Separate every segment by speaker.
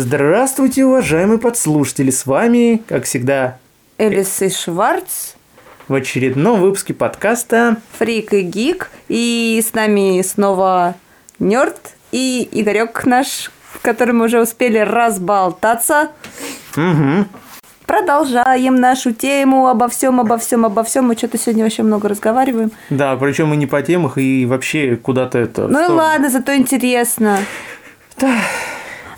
Speaker 1: Здравствуйте, уважаемые подслушатели! С вами, как всегда,
Speaker 2: Элис и Шварц,
Speaker 1: в очередном выпуске подкаста.
Speaker 2: Фрик и Гик. И с нами снова Нерд и Игорек наш, в котором мы уже успели разболтаться.
Speaker 1: Мгм.
Speaker 2: Продолжаем нашу тему обо всем, обо всем, обо всем. Мы что-то сегодня вообще много разговариваем.
Speaker 1: Да, причем и не по темах, и вообще куда-то это... в
Speaker 2: Ну и
Speaker 1: сторону.
Speaker 2: ладно, зато интересно.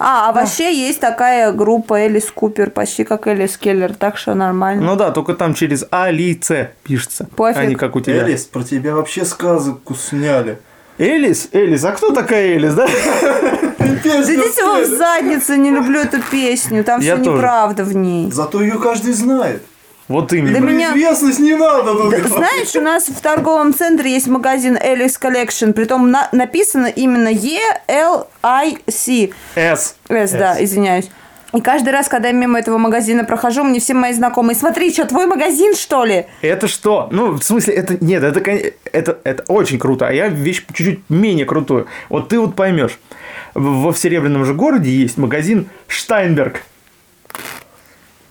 Speaker 2: А, а вообще есть такая группа Элис Купер, почти как Элис Келлер, так что нормально.
Speaker 1: Ну да, только там через А, Ли, Ц пишется.
Speaker 2: Пофиг.
Speaker 1: А не как у тебя.
Speaker 3: Элис, про тебя вообще сказку сняли.
Speaker 1: Элис? Элис, а кто такая Элис, да?
Speaker 2: Зайдите вам в задницу, не люблю эту песню, там
Speaker 1: Я
Speaker 2: все
Speaker 1: тоже.
Speaker 2: неправда в ней.
Speaker 3: Зато ее каждый знает.
Speaker 1: Вот
Speaker 3: И
Speaker 2: Да
Speaker 1: именно.
Speaker 3: про
Speaker 2: меня-
Speaker 3: известность не надо ну, тут
Speaker 2: Да,
Speaker 3: говорить.
Speaker 2: Знаешь, у нас в торговом центре есть магазин Элис Collection, притом на- написано именно E E-L-I-C.
Speaker 1: С.
Speaker 2: С, да, извиняюсь. И каждый раз, когда я мимо этого магазина прохожу, мне все мои знакомые, смотри, что, твой магазин, что ли?
Speaker 1: Это что? Ну, в смысле, это нет, это, кон- это, это очень круто, а я вещь чуть-чуть менее крутую. Вот ты вот поймешь. В- Во в Серебряном же городе есть магазин Штайнберг.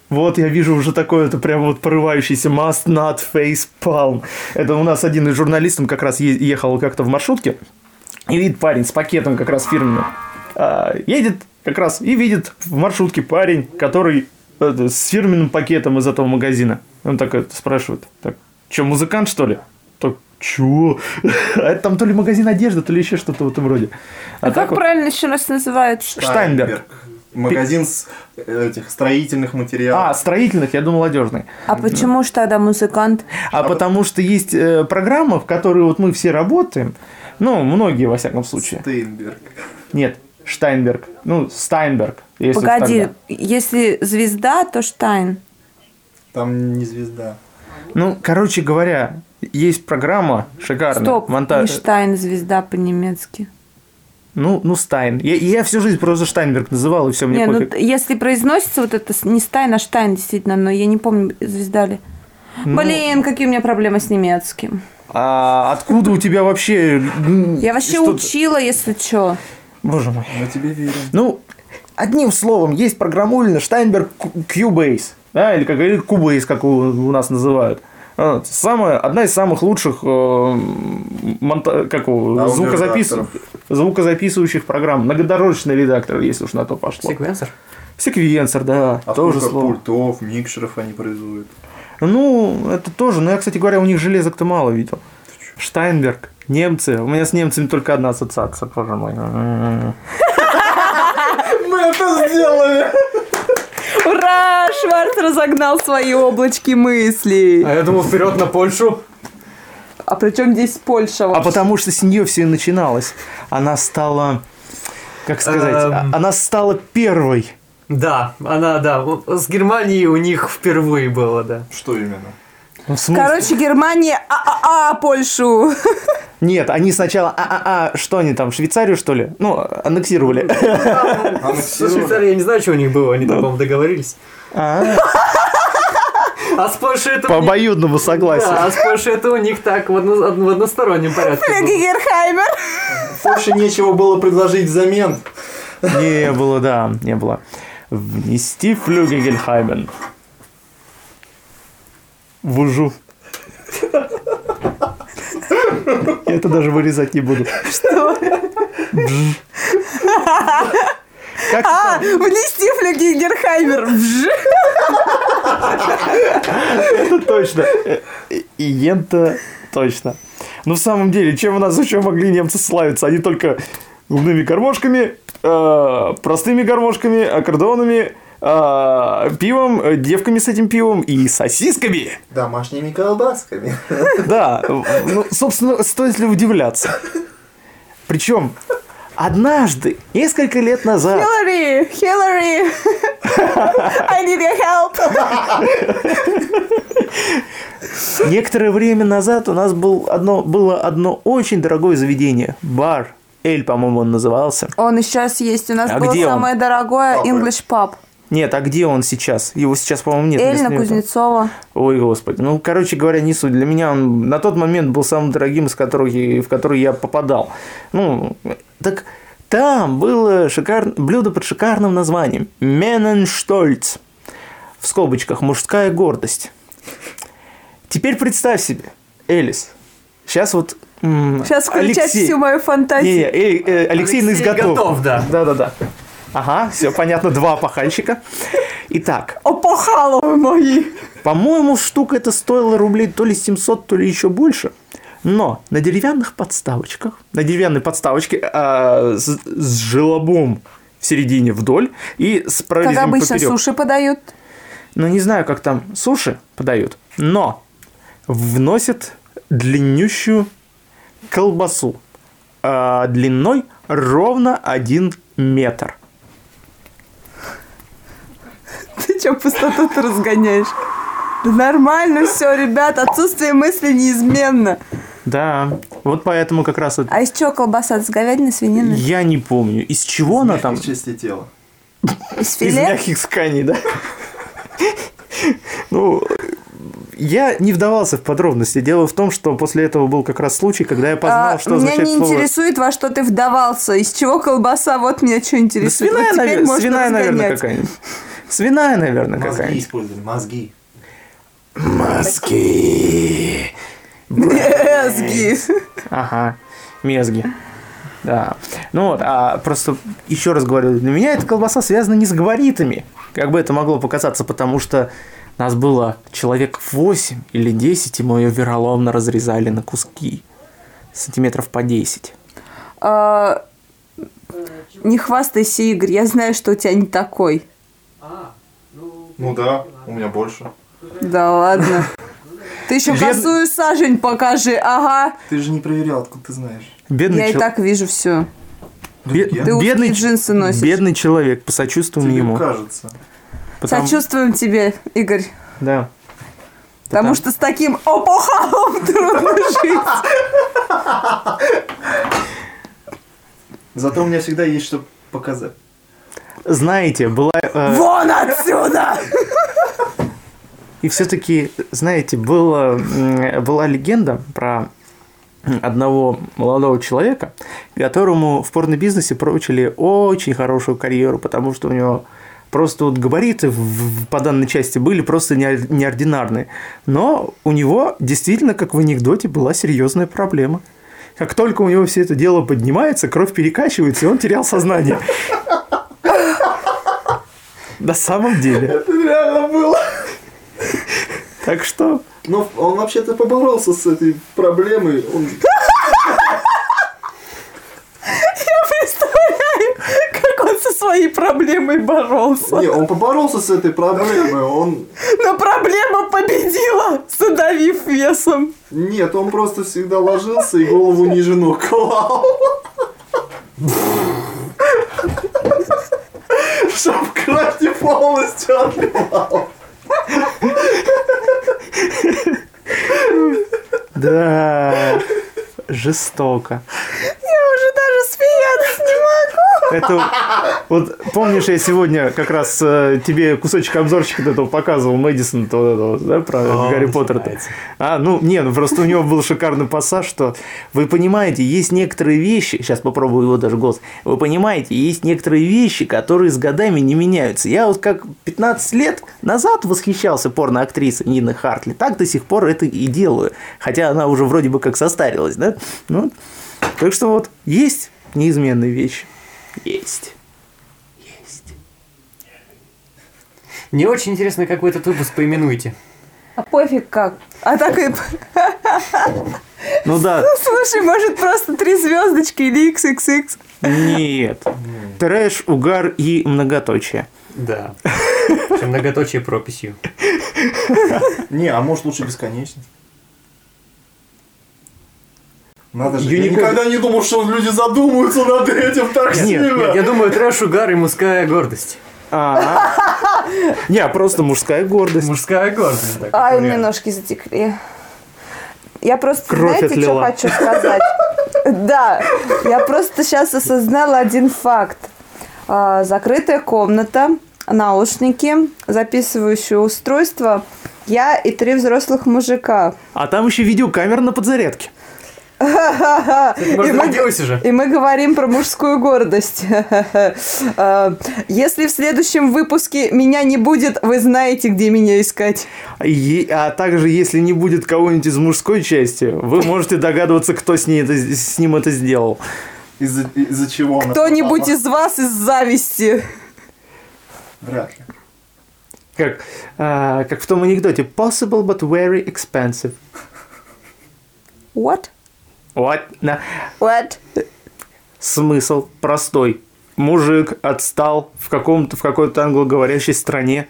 Speaker 1: Вот я вижу уже такой это прям вот порывающийся must not face palm. Это у нас один из журналистов он как раз е- ехал как-то в маршрутке. И видит парень с пакетом как раз фирменным. А, едет как раз и видит в маршрутке парень, который это, с фирменным пакетом из этого магазина. Он такой это, спрашивает, так, что, музыкант, что ли? Так, чё? А это там то ли магазин одежды, то ли еще что-то в этом роде.
Speaker 2: А как
Speaker 1: вот-
Speaker 2: правильно еще раз называют?
Speaker 1: Штайнберг.
Speaker 3: Магазин с э, этих строительных
Speaker 1: А,
Speaker 3: материалов.
Speaker 1: строительных, я думал, одежный.
Speaker 2: А почему ж тогда музыкант?
Speaker 1: А потому что есть э, программа, в которой вот мы все работаем. Ну, многие, во всяком случае.
Speaker 3: Штейнберг.
Speaker 1: Нет, Штайнберг. Ну, Стайнберг. если
Speaker 2: Погоди,
Speaker 1: тогда.
Speaker 2: если звезда, то Штайн.
Speaker 3: Там не звезда.
Speaker 1: Ну, короче говоря, есть программа шикарная.
Speaker 2: Стоп,
Speaker 1: монта-
Speaker 2: не Штайн, звезда по-немецки.
Speaker 1: Ну, ну, Стайн. Я, я всю жизнь просто Штайнберг называл, и все, мне
Speaker 2: Не, ну
Speaker 1: пофиг.
Speaker 2: т- если произносится вот это с- не Стайн, а Штайн, действительно, но я не помню, звезда ли.
Speaker 1: Ну.
Speaker 2: Блин, какие у меня проблемы с немецким.
Speaker 1: А откуда у тебя вообще... м,
Speaker 2: Я вообще
Speaker 1: что-то-
Speaker 2: учила, если что.
Speaker 1: Боже мой.
Speaker 3: Мы тебе верим.
Speaker 1: Ну, одним словом, есть программулина Штайнберг Cubase, да, или как или Cubase, как у, у нас называют. А, Самая, одна из самых лучших э, м, монта- как его,
Speaker 3: Аудиоредакторов.
Speaker 1: звукозапису- звукозаписывающих программ. Многодорожечный редактор, если уж на то пошло.
Speaker 4: Секвенсор?
Speaker 1: Секвенсор, да,
Speaker 3: А
Speaker 1: тоже
Speaker 3: сколько
Speaker 1: слово.
Speaker 3: пультов, микшеров они производят.
Speaker 1: Ну, это тоже. Но я, кстати говоря, у них железок-то мало видел. Штайнберг. Немцы. У меня с немцами только одна ассоциация, боже мой.
Speaker 3: Мы это сделали!
Speaker 2: Ура! Шварц разогнал свои облачки мыслей.
Speaker 4: А я думал, вперед на Польшу.
Speaker 2: А при чем здесь Польша?
Speaker 1: А потому что с нее все и начиналось. Она стала, как сказать,
Speaker 4: Эм.
Speaker 1: а- она стала первой.
Speaker 4: Да, она, да. у- С Германией у них впервые было, да.
Speaker 3: Что именно?
Speaker 1: Ну, в смысле?
Speaker 2: Короче, Германия, а-а-а, Польшу.
Speaker 1: Нет, они сначала, а, а, а, что они там, Швейцарию что ли? Ну, аннексировали.
Speaker 3: А
Speaker 4: Со Швейцарией я не знаю, что у них было, они, там, по-моему, договорились.
Speaker 1: А,
Speaker 4: А с Польшей это...
Speaker 1: По
Speaker 4: у них-
Speaker 1: обоюдному
Speaker 4: Да,
Speaker 1: согласию.
Speaker 4: а с Польшей это у них так, в, одно- в одностороннем порядке.
Speaker 2: Флюги
Speaker 4: было.
Speaker 2: Герхаймер.
Speaker 3: Больше нечего было предложить взамен.
Speaker 1: Не было, да, не было. Внести флюге Гельхаймен. В ужу. Я это даже вырезать не буду.
Speaker 2: Что?
Speaker 1: Как
Speaker 2: А, внести флюги Герхаймер. Вж.
Speaker 1: Это точно. Э, э, Иента точно. Ну, в самом деле, чем у нас еще могли немцы славиться? Они только губными гармошками, э, простыми гармошками, аккордеонами, э, пивом, э, девками с этим пивом и сосисками.
Speaker 3: Домашними колбасками.
Speaker 1: Да, ну, собственно, стоит ли удивляться? Причем, однажды, несколько лет назад...
Speaker 2: Хиллари, Хиллари. I need your help.
Speaker 1: Некоторое время назад у нас был одно, было одно очень дорогое заведение. Бар. Эль, по-моему, он назывался.
Speaker 2: Он и сейчас есть. У нас
Speaker 1: А
Speaker 2: было
Speaker 1: где он?
Speaker 2: самое дорогое
Speaker 3: Папа.
Speaker 2: English Pub.
Speaker 1: Нет, а где он сейчас? Его сейчас, по-моему, нет.
Speaker 2: Эльна
Speaker 1: вместо него там.
Speaker 2: Кузнецова.
Speaker 1: Ой, господи. Ну, короче говоря, не суть. Для меня он на тот момент был самым дорогим, из которых, и- в который я попадал. Ну, так Там было шикар... блюдо под шикарным названием Мененштольц. В скобочках мужская гордость. Теперь представь себе, Элис, сейчас вот... м,
Speaker 2: Сейчас включать
Speaker 1: Алексей-
Speaker 2: всю мою
Speaker 1: Не, не,
Speaker 2: фантазию.
Speaker 1: э, э, Алексей, на
Speaker 4: Алексей
Speaker 1: изготовку.
Speaker 4: готов, да.
Speaker 1: Да-да-да. Ага, все понятно, два пахальщика. Итак,
Speaker 2: Опахало вы мои.
Speaker 1: по-моему, штука это стоила рублей то ли 700, то ли еще больше. Но на деревянных подставочках, на деревянной подставочке а, с, с желобом в середине вдоль и с прорезями
Speaker 2: Как обычно
Speaker 1: поперек.
Speaker 2: суши подают.
Speaker 1: Ну, не знаю, как там суши подают, но вносят длиннющую колбасу а, длиной ровно 1 метр.
Speaker 2: Ты что, пустоту ты разгоняешь? Да нормально все, ребят, отсутствие мысли неизменно.
Speaker 1: Да, вот поэтому как раз это...
Speaker 2: А из чего колбаса? С говядины, свинины?
Speaker 1: Я не помню, из чего она там?
Speaker 3: Мягких частей тела.
Speaker 2: Из
Speaker 1: Из
Speaker 2: филе?
Speaker 1: мягких тканей, да? Ну, я не вдавался в подробности. Дело в том, что после этого был как раз случай, когда я познал,
Speaker 2: А,
Speaker 1: что
Speaker 2: меня
Speaker 1: означает
Speaker 2: не
Speaker 1: слово...
Speaker 2: интересует, во что ты вдавался. Из чего колбаса? Вот меня что
Speaker 1: Да
Speaker 2: интересует.
Speaker 1: Ну, свиная,
Speaker 2: Вот теперь
Speaker 1: навер-
Speaker 2: можно
Speaker 1: свиная, наверное,
Speaker 2: разгонять.
Speaker 1: какая-нибудь. Свиная, наверное,
Speaker 3: Мозги
Speaker 1: какая-нибудь.
Speaker 3: использовали, мозги.
Speaker 1: Мозги.
Speaker 2: Мезги.
Speaker 1: Ага, мезги. Да. Ну вот, а просто еще раз говорю, для меня эта колбаса связана не с габаритами, как бы это могло показаться, потому что нас было человек 8 или 10, и мы ее вероломно разрезали на куски. Сантиметров по 10.
Speaker 2: А, Не хвастайся, Игорь, я знаю, что у тебя не такой.
Speaker 3: Ну да, у меня больше.
Speaker 2: Да ладно. Ты еще
Speaker 1: Бед-
Speaker 2: косую сажень покажи, ага.
Speaker 3: Ты же не проверял, откуда ты знаешь.
Speaker 1: Бедный,
Speaker 2: Я и
Speaker 1: чел-
Speaker 2: так вижу все.
Speaker 1: бе-
Speaker 3: Я-
Speaker 2: Ты узкие
Speaker 1: бедный, ч-
Speaker 2: джинсы носишь.
Speaker 1: бедный человек, посочувствуем
Speaker 3: Тебе
Speaker 1: ему.
Speaker 3: кажется.
Speaker 1: потому-
Speaker 2: Сочувствуем тебе, Игорь.
Speaker 1: Да.
Speaker 2: Потому
Speaker 1: Потому-
Speaker 2: что с таким опухалом трудно жить.
Speaker 3: Зато у меня всегда есть что показать.
Speaker 1: Знаете, была... э,
Speaker 2: Вон отсюда!
Speaker 1: И все-таки, знаете, было, м, была легенда про одного молодого человека, которому в порно-бизнесе прочили очень хорошую карьеру, потому что у него просто вот габариты в- в- по данной части были просто неор- неординарные. Но у него действительно, как в анекдоте, была серьезная проблема. Как только у него все это дело поднимается, кровь перекачивается, и он терял сознание. На самом деле.
Speaker 3: Это реально было.
Speaker 1: Так что
Speaker 3: Но он вообще-то поборолся с этой проблемой. Он
Speaker 2: Представляю, как он со своей проблемой боролся.
Speaker 3: Не, он поборолся с этой проблемой, он...
Speaker 2: Но проблема победила, задавив весом.
Speaker 3: Нет, он просто всегда ложился и голову ниже ног клал. Чтоб кровь не полностью отливал.
Speaker 1: Да, жестоко.
Speaker 2: Я уже даже смеяться не могу.
Speaker 1: Это вот помнишь, я сегодня как раз э, тебе кусочек обзорчика вот этого показывал Мэдисон, то вот этого, да, про Гарри Поттера. А, ну, не, ну просто у него был шикарный пассаж, что вы понимаете, есть некоторые вещи, сейчас попробую его даже голос, вы понимаете, есть некоторые вещи, которые с годами не меняются. Я вот как 15 лет назад восхищался порно-актрисой Нины Хартли, так до сих пор это и делаю, хотя она уже вроде бы как состарилась, да? Ну, так что вот есть неизменные вещи. Есть.
Speaker 4: Мне очень интересно, как вы этот выпуск поименуете.
Speaker 2: А пофиг как. А так и...
Speaker 1: Ну да,
Speaker 2: Слушай, может просто три звездочки или XXX.
Speaker 1: нет. Трэш, угар и многоточие.
Speaker 4: Да. Причем многоточие прописью.
Speaker 3: Не, а может лучше бесконечность? Надо же. Я
Speaker 1: Юникод-
Speaker 3: никогда не думал, что люди задумаются над этим так
Speaker 1: Нет,
Speaker 3: сильно.
Speaker 4: Я думаю, трэш, угар и мужская гордость.
Speaker 1: А. Не, просто мужская гордость.
Speaker 4: Мужская гордость. так,
Speaker 2: Ай, у меня
Speaker 4: например.
Speaker 2: ножки затекли. Я просто,
Speaker 1: Кровь
Speaker 2: знаете, что
Speaker 1: отлила.
Speaker 2: хочу сказать? Да, я просто сейчас осознала один факт. А, Закрытая комната, наушники, записывающее устройство, я и три взрослых мужика.
Speaker 1: А там еще видеокамера на подзарядке.
Speaker 4: Кстати, можно
Speaker 2: И мы-
Speaker 4: поделать уже.
Speaker 2: И мы говорим про мужскую гордость. Э, Если в следующем выпуске меня не будет, вы знаете, где меня искать.
Speaker 1: Е- а также, если не будет кого-нибудь из мужской части, вы можете догадываться, кто с, ней это, с ним это сделал.
Speaker 3: Из-за из-за чего она
Speaker 2: Кто-нибудь
Speaker 3: попала?
Speaker 2: из вас из зависти.
Speaker 3: Вряд ли.
Speaker 1: Как, а, как в том анекдоте. Possible, but very expensive.
Speaker 2: What?
Speaker 1: Вот. на-
Speaker 2: What?
Speaker 1: Смысл простой. Мужик отстал в, каком-то, в какой-то англоговорящей стране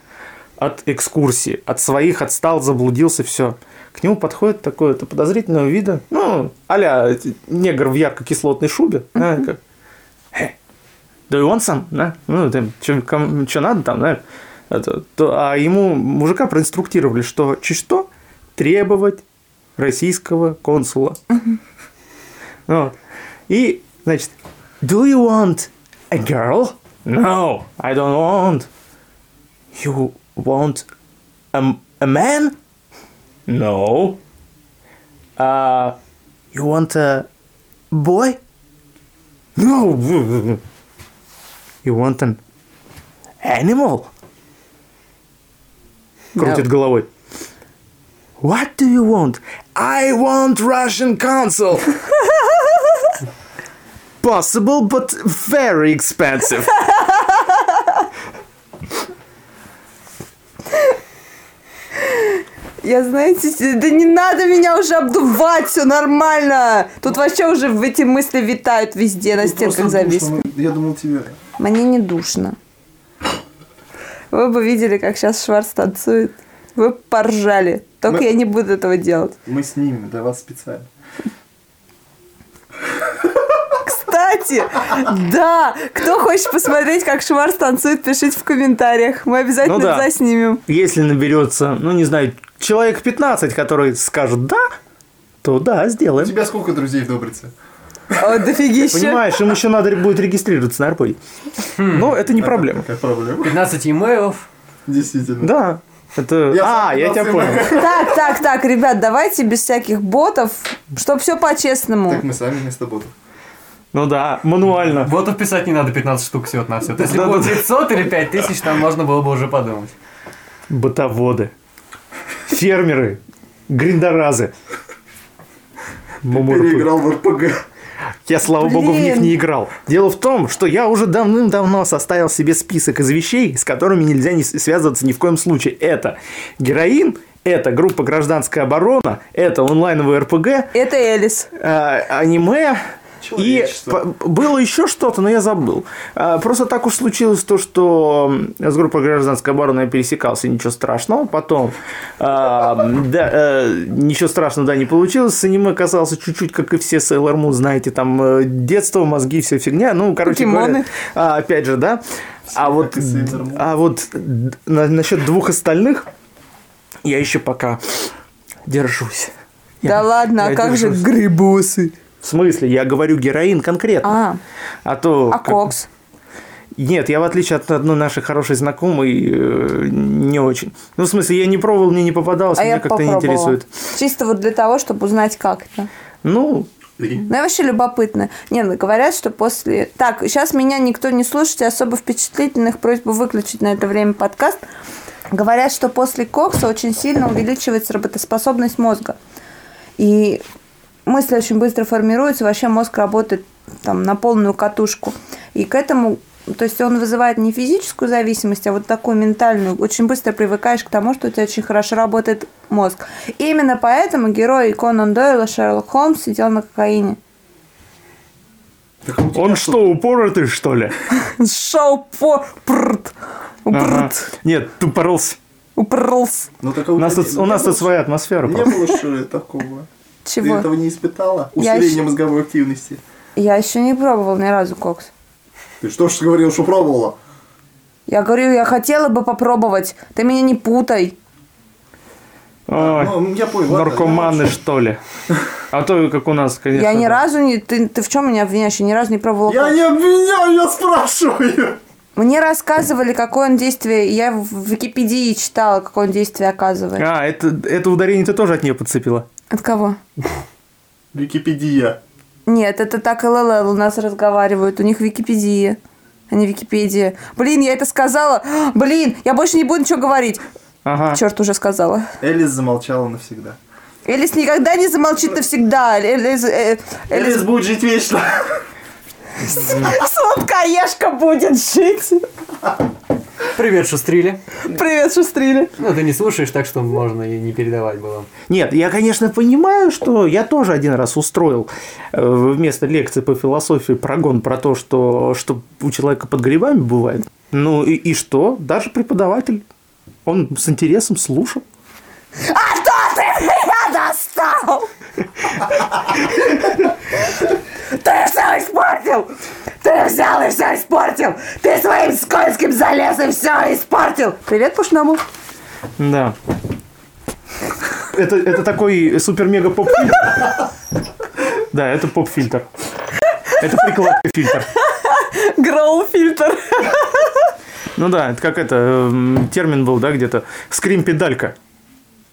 Speaker 1: от экскурсии. От своих отстал, заблудился, все. К нему подходит такое-то подозрительного вида, ну, а-ля негр в ярко-кислотной шубе. да, как, «Hey, do you want some?» да? Ну, там, что надо там, да? Это, то- а ему мужика проинструктировали, что чуть что требовать российского консула. Вот. И, значит, Oh. do you want a girl? No, I don't want. You want a, a man? No. Uh, you want a boy? No. You want an animal? Крутит головой. What do you want? I want Russian consul. Possible, but very expensive.
Speaker 2: Я, знаете, с- да не надо меня уже обдувать, все нормально. Тут вообще уже в эти мысли витают везде, на
Speaker 3: Тут
Speaker 2: стенках
Speaker 3: Ну, просто
Speaker 2: завис.
Speaker 3: душно. Я думал, тебе...
Speaker 2: Мне не душно. Вы бы видели, как сейчас Шварц танцует. Вы бы поржали. Только
Speaker 3: Мы-
Speaker 2: я не буду этого делать.
Speaker 3: Мы с ними, для вас специально.
Speaker 2: Кстати, да, кто хочет посмотреть, как Шварц танцует, пишите в комментариях. Мы обязательно
Speaker 1: Ну да.
Speaker 2: это заснимем.
Speaker 1: Если наберется, ну не знаю, человек 15, который скажет да, то да,
Speaker 3: У
Speaker 1: сделаем.
Speaker 3: тебя сколько друзей в Добрице?
Speaker 2: О, дофигища.
Speaker 1: Понимаешь, им еще надо будет регистрироваться на РПИ. Но это не проблема.
Speaker 3: Какая проблема?
Speaker 4: 15 имейлов.
Speaker 3: Действительно.
Speaker 1: Да. Это...
Speaker 3: Я
Speaker 1: а, я тебя
Speaker 3: согласен.
Speaker 1: понял.
Speaker 2: Так, так, так, ребят, давайте без всяких ботов, чтобы все
Speaker 3: Так
Speaker 2: по-честному.
Speaker 3: мы сами вместо ботов.
Speaker 1: Ну да, мануально.
Speaker 4: Вот тут писать не надо 15 штук все на все. Если
Speaker 1: Да,
Speaker 4: было
Speaker 1: да, да.
Speaker 4: 500 или 5000, там можно было бы уже подумать.
Speaker 1: Ботоводы. Фермеры. Гриндоразы. Мамуры.
Speaker 3: Переиграл в РПГ.
Speaker 1: Я, слава богу, в них
Speaker 2: Блин.
Speaker 1: не играл. Дело в том, что я уже давным-давно составил себе список из вещей, с которыми нельзя не с- связываться ни в коем случае. Это героин, это группа «Гражданская оборона», это онлайновый РПГ,
Speaker 2: Это Элис.
Speaker 1: а, аниме. И
Speaker 3: Человечество.
Speaker 1: п- было еще что-то, но я забыл. А, Просто так уж случилось то, что м, с группой гражданской обороны я пересекался, ничего страшного. Потом а, м, да, э, ничего страшного, да, не получилось. С аниме казался чуть-чуть, как и все Sailor Moon, знаете, там э, детство, мозги, вся фигня. Ну, короче говоря,
Speaker 2: Покемоны.
Speaker 1: а, опять же, да. А вот,
Speaker 3: и Sailor Moon.
Speaker 1: а вот д- на- насчет двух остальных я еще пока держусь. Я-
Speaker 2: Да ладно, а
Speaker 1: я
Speaker 2: как же
Speaker 1: держусь.
Speaker 2: грибосы?
Speaker 1: В смысле? Я говорю героин конкретно.
Speaker 2: А,
Speaker 1: А, то...
Speaker 2: а
Speaker 1: как-
Speaker 2: Кокс?
Speaker 1: Нет, я в отличие от одной нашей хорошей знакомой э, не очень. Ну, в смысле, я не пробовал, мне не попадалось,
Speaker 2: А
Speaker 1: меня
Speaker 2: я
Speaker 1: как-то не
Speaker 2: попробовала.
Speaker 1: интересует.
Speaker 2: Чисто вот для того, чтобы узнать, как это.
Speaker 1: Ну,
Speaker 3: И
Speaker 2: Ну, я вообще любопытно. Не, ну, говорят, что после... Так, сейчас меня никто не слушает, и особо впечатлительных просьбу выключить на это время подкаст. Говорят, что после кокса очень сильно увеличивается работоспособность мозга. И мысли очень быстро формируются, вообще мозг работает там на полную катушку. И к этому, то есть он вызывает не физическую зависимость, а вот такую ментальную. Очень быстро привыкаешь к тому, что у тебя очень хорошо работает мозг. И именно поэтому герои Конан Дойла, Шерлок Холмс сидел на кокаине.
Speaker 3: Так у тебя
Speaker 1: он что, упоротый, что ли?
Speaker 2: Шоу по прт.
Speaker 1: Ага.
Speaker 2: Упрт.
Speaker 1: Нет, тупорылся.
Speaker 2: Упрлс.
Speaker 3: Ну, так а
Speaker 1: У нас
Speaker 3: тебя
Speaker 1: тут,
Speaker 3: не
Speaker 1: у нас
Speaker 3: было,
Speaker 1: тут своя атмосфера.
Speaker 3: Не
Speaker 1: просто.
Speaker 3: было что ли такого? Ты этого
Speaker 2: Чего?
Speaker 3: не испытала?
Speaker 2: Я
Speaker 3: Усиление
Speaker 2: ещё-
Speaker 3: мозговой активности.
Speaker 2: Я еще не пробовал ни разу кокс.
Speaker 3: Ты что ж говорил, что пробовала?
Speaker 2: Я говорю, я хотела бы попробовать. Ты меня не путай.
Speaker 1: Ой,
Speaker 3: Ну, я понял. ладно,
Speaker 1: наркоманы,
Speaker 3: я
Speaker 1: что ли? А то, как у нас, конечно.
Speaker 2: я ни
Speaker 1: да.
Speaker 2: разу не... Ты, ты в чем меня обвиняешь? Я ни разу не пробовала
Speaker 3: Я
Speaker 2: кокс.
Speaker 3: не обвиняю, я спрашиваю.
Speaker 2: Мне рассказывали, какое он действие... Я в Википедии читала, какое он действие оказывает.
Speaker 1: А, это, это ударение ты тоже от нее подцепила.
Speaker 2: От кого?
Speaker 3: Википедия.
Speaker 2: Нет, это так ЛЛЛ у нас разговаривают. У них Википедия, а не Википедия. Блин, я это сказала. Блин, я больше не буду ничего говорить.
Speaker 1: Ага.
Speaker 2: Черт, уже сказала.
Speaker 3: Элис замолчала навсегда.
Speaker 2: Элис никогда не замолчит навсегда. Элис, э, Элис-
Speaker 3: Элис будет жить вечно.
Speaker 2: Сладкоежка будет жить.
Speaker 4: Привет, шустрили.
Speaker 2: Привет, Шустрили.
Speaker 4: Ну, ты не слушаешь, так что можно и не передавать было.
Speaker 1: Нет, я, конечно, понимаю, что я тоже один раз устроил э, вместо лекции по философии прогон про то, что, что у человека под грибами бывает. Ну и, и что? Даже преподаватель, он с интересом слушал.
Speaker 2: А то ты меня достал! Ты все испортил! Ты взял и все испортил! Ты своим скользким залез и все испортил! Привет, Пушному.
Speaker 1: Да. Это, это такой супер-мега-поп-фильтр. Да, это поп-фильтр. Это прикладка-фильтр.
Speaker 2: Гроу-фильтр.
Speaker 1: Ну да, это как это, эм, термин был, да, где-то. Скрим-педалька.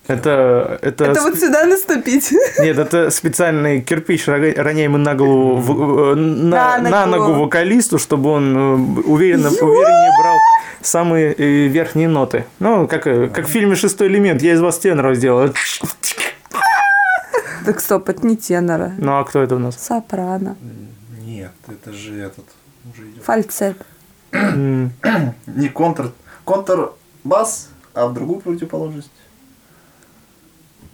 Speaker 1: Это, это,
Speaker 2: Это вот сюда наступить.
Speaker 1: Нет, это специальный кирпич, рога- роняемый на голову, в- э, на,
Speaker 2: На ногу.
Speaker 1: на ногу вокалисту, чтобы он э, уверенно, увереннее брал самые э, верхние ноты. Ну, как, э, как в фильме «Шестой элемент», я из вас тенора сделал.
Speaker 2: Так стоп, это не тенора.
Speaker 1: Ну, а кто это у нас?
Speaker 2: Сопрано.
Speaker 3: Нет, это же этот уже идет.
Speaker 2: Фальцет.
Speaker 1: М,
Speaker 3: Не контр. Контр бас, а в другую противоположность.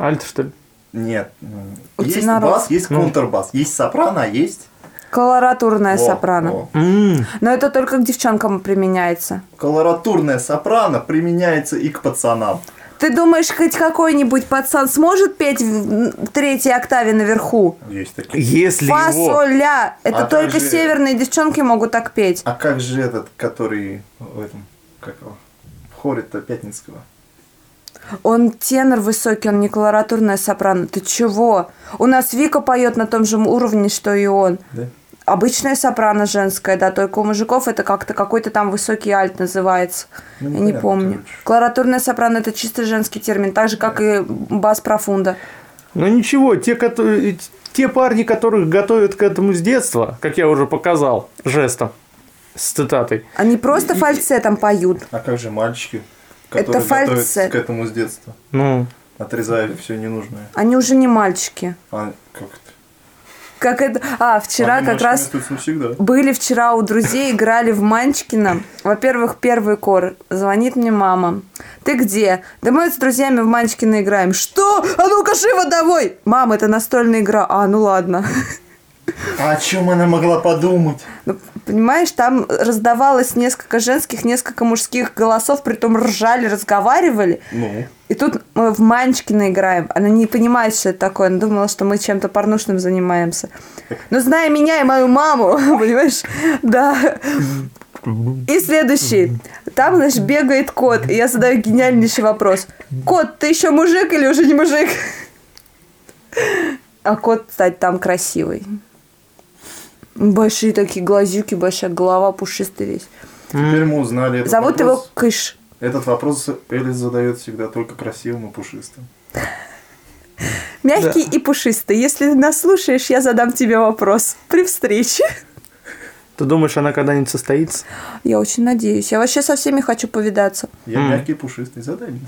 Speaker 1: Альт, что ли?
Speaker 3: Нет. м,
Speaker 2: У
Speaker 3: Есть
Speaker 2: теноров.
Speaker 3: бас, есть
Speaker 1: Ну.
Speaker 3: контрбас. Есть сопрано, а есть...
Speaker 2: Колоратурная
Speaker 3: Во,
Speaker 2: Э, сопрано.
Speaker 3: во.
Speaker 1: М,
Speaker 2: Но это только к девчонкам применяется.
Speaker 3: Колоратурная сопрано применяется и к пацанам.
Speaker 2: Ты думаешь, хоть какой-нибудь пацан сможет петь в третьей октаве наверху?
Speaker 3: Есть такие.
Speaker 1: Если его...
Speaker 2: Фасоля! Это
Speaker 3: А
Speaker 2: только
Speaker 3: как же-
Speaker 2: северные девчонки могут так петь.
Speaker 3: А как же этот, который в этом, как его, в хоре-то Пятницкого?
Speaker 2: Он тенор высокий, он не колоратурная сопрано. Ты чего? У нас Вика поет на том же уровне, что и он.
Speaker 3: Да?
Speaker 2: Обычная сопрано женская, да, только у мужиков это как-то какой-то там высокий альт называется.
Speaker 3: Ну,
Speaker 2: Я не
Speaker 3: непонятно,
Speaker 2: помню.
Speaker 3: короче.
Speaker 2: Колоратурная сопрано это чисто женский термин, так же, как и бас профунда.
Speaker 1: Ну ничего, те, которые... Те парни, которых готовят к этому с детства, как я уже показал жестом, с цитатой,
Speaker 2: Они просто фальцетом поют.
Speaker 3: А как же мальчики,
Speaker 2: Это
Speaker 3: которые готовятся
Speaker 2: фальцет.
Speaker 3: к этому с детства,
Speaker 1: ну,
Speaker 3: отрезая все ненужное?
Speaker 2: Они уже не мальчики.
Speaker 3: А как это?
Speaker 2: Как это... А, вчера
Speaker 3: Они
Speaker 2: как раз
Speaker 3: мальчиками остаются навсегда.
Speaker 2: Были вчера у друзей, играли в Манчкина. Во-первых, первый кор. Звонит мне мама. Ты где? Да мы с друзьями в Манчкина играем. Что? А ну-ка, живо давай! Мам, это настольная игра. А, ну ладно.
Speaker 3: А о чем она могла подумать?
Speaker 2: Ну, Понимаешь, там раздавалось несколько женских, несколько мужских голосов, притом ржали, разговаривали.
Speaker 3: Ну,
Speaker 2: И тут мы в Манчкина играем. Она не понимает, что это такое. Она думала, что мы чем-то порнушным занимаемся. Но зная меня и мою маму, понимаешь, да. И следующий. Там, значит, бегает кот. И я задаю гениальнейший вопрос. Кот, ты еще мужик или уже не мужик? А кот, кстати, там красивый. Большие такие глазюки, большая голова, пушистый весь.
Speaker 3: теперь мы узнали этот
Speaker 2: Зовут его
Speaker 3: вопрос.
Speaker 2: Кыш.
Speaker 3: Этот вопрос Элис задает всегда только красивым и пушистым.
Speaker 2: Мягкий и пушистый. Если нас слушаешь, я задам тебе вопрос. При встрече.
Speaker 1: ты думаешь, она когда-нибудь состоится?
Speaker 2: Я очень надеюсь. Я вообще со всеми хочу повидаться.
Speaker 3: Я
Speaker 1: М.
Speaker 3: мягкий, пушистый, задай мне.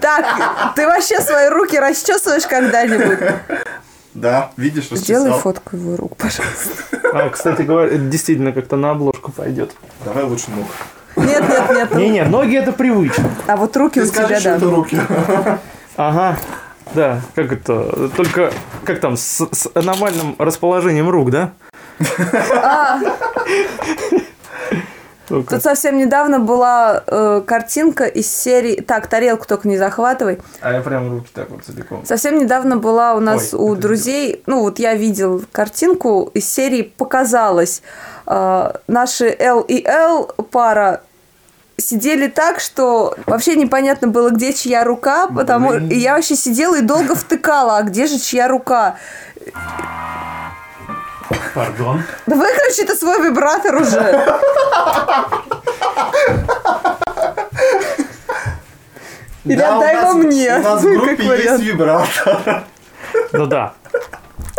Speaker 2: Так, ты вообще свои руки расчесываешь когда-нибудь?
Speaker 3: Да, видишь,
Speaker 2: Сделай
Speaker 3: расчесал.
Speaker 2: фотку его рук, пожалуйста.
Speaker 1: А, кстати говоря, это действительно как-то на обложку пойдет.
Speaker 3: Давай лучше ног.
Speaker 2: Нет, нет, нет. рук.
Speaker 1: Не-не, ноги это привычно.
Speaker 2: А вот руки
Speaker 3: Ты
Speaker 2: у тебя,
Speaker 3: скажешь, что
Speaker 2: да.
Speaker 3: это руки.
Speaker 1: Ага. Да, как это? Только как там с, с аномальным расположением рук, да?
Speaker 3: А.
Speaker 1: Только- А.
Speaker 2: Тут совсем недавно была э, картинка из серии... Так, тарелку только не захватывай.
Speaker 3: А я прям руки так вот целиком.
Speaker 2: Совсем недавно была у нас
Speaker 3: Ой,
Speaker 2: у
Speaker 3: это
Speaker 2: друзей, ну вот я видел картинку из серии «Показалось». Э, наши Л и Л пара сидели так, что вообще непонятно было, где чья рука, потому
Speaker 3: Блин.
Speaker 2: и я вообще сидела и долго втыкала, а где же чья рука?
Speaker 4: Пардон.
Speaker 2: Да выключи ты свой вибратор уже. Или
Speaker 3: Да, у
Speaker 2: отдай его
Speaker 3: нас-
Speaker 2: мне.
Speaker 3: У нас в
Speaker 2: Как
Speaker 3: группе есть
Speaker 2: вариант.
Speaker 3: вибратор.
Speaker 1: Ну да.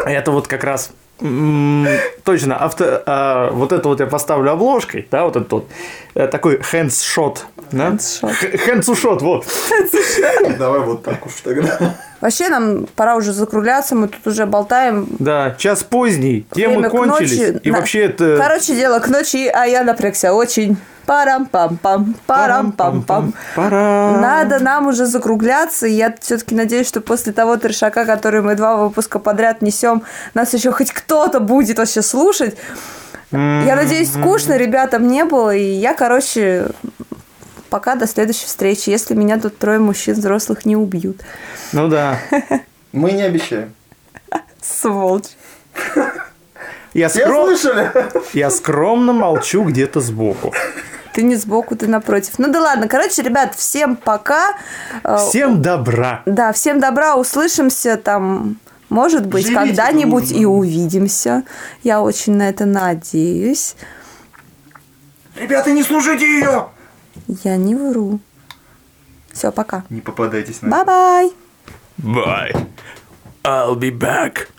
Speaker 1: Это вот как раз м, точно авто, а, вот это вот я поставлю обложкой, да, вот этот вот э, такой hands-shot, да? Hands-shot, вот.
Speaker 3: Давай вот так уж тогда.
Speaker 2: Вообще нам пора уже закругляться, мы тут уже болтаем.
Speaker 1: Да, час поздний, темы
Speaker 2: Время к
Speaker 1: кончились,
Speaker 2: ночи.
Speaker 1: и
Speaker 2: На-
Speaker 1: вообще это...
Speaker 2: Короче, дело к ночи, а я напрягся очень. Парам-пам-пам, парам-пам-пам.
Speaker 1: Пара.
Speaker 2: Надо нам уже закругляться. и Я все-таки надеюсь, что после того трешака, который мы два выпуска подряд несем, нас еще хоть кто-то будет вообще слушать. Я надеюсь, скучно ребятам не было. И я, короче, пока до следующей встречи, если меня тут трое мужчин взрослых не убьют.
Speaker 1: Ну да.
Speaker 3: Мы не обещаем.
Speaker 2: Сволочь.
Speaker 1: Я,
Speaker 3: Все
Speaker 1: скром-
Speaker 3: слышали?
Speaker 1: я скромно молчу где-то сбоку.
Speaker 2: Ты не сбоку, ты напротив. Ну да ладно, короче, ребят, всем пока. Э,
Speaker 1: Всем добра.
Speaker 2: Да, всем добра, услышимся там, может быть,
Speaker 4: Живите
Speaker 2: когда-нибудь
Speaker 4: друг с
Speaker 2: и увидимся. Я очень на это надеюсь.
Speaker 3: Ребята, не слушайте ее!
Speaker 2: Я не вру. Все, пока.
Speaker 3: Не попадайтесь на
Speaker 2: Бай-бай.
Speaker 1: Bye. I'll be back.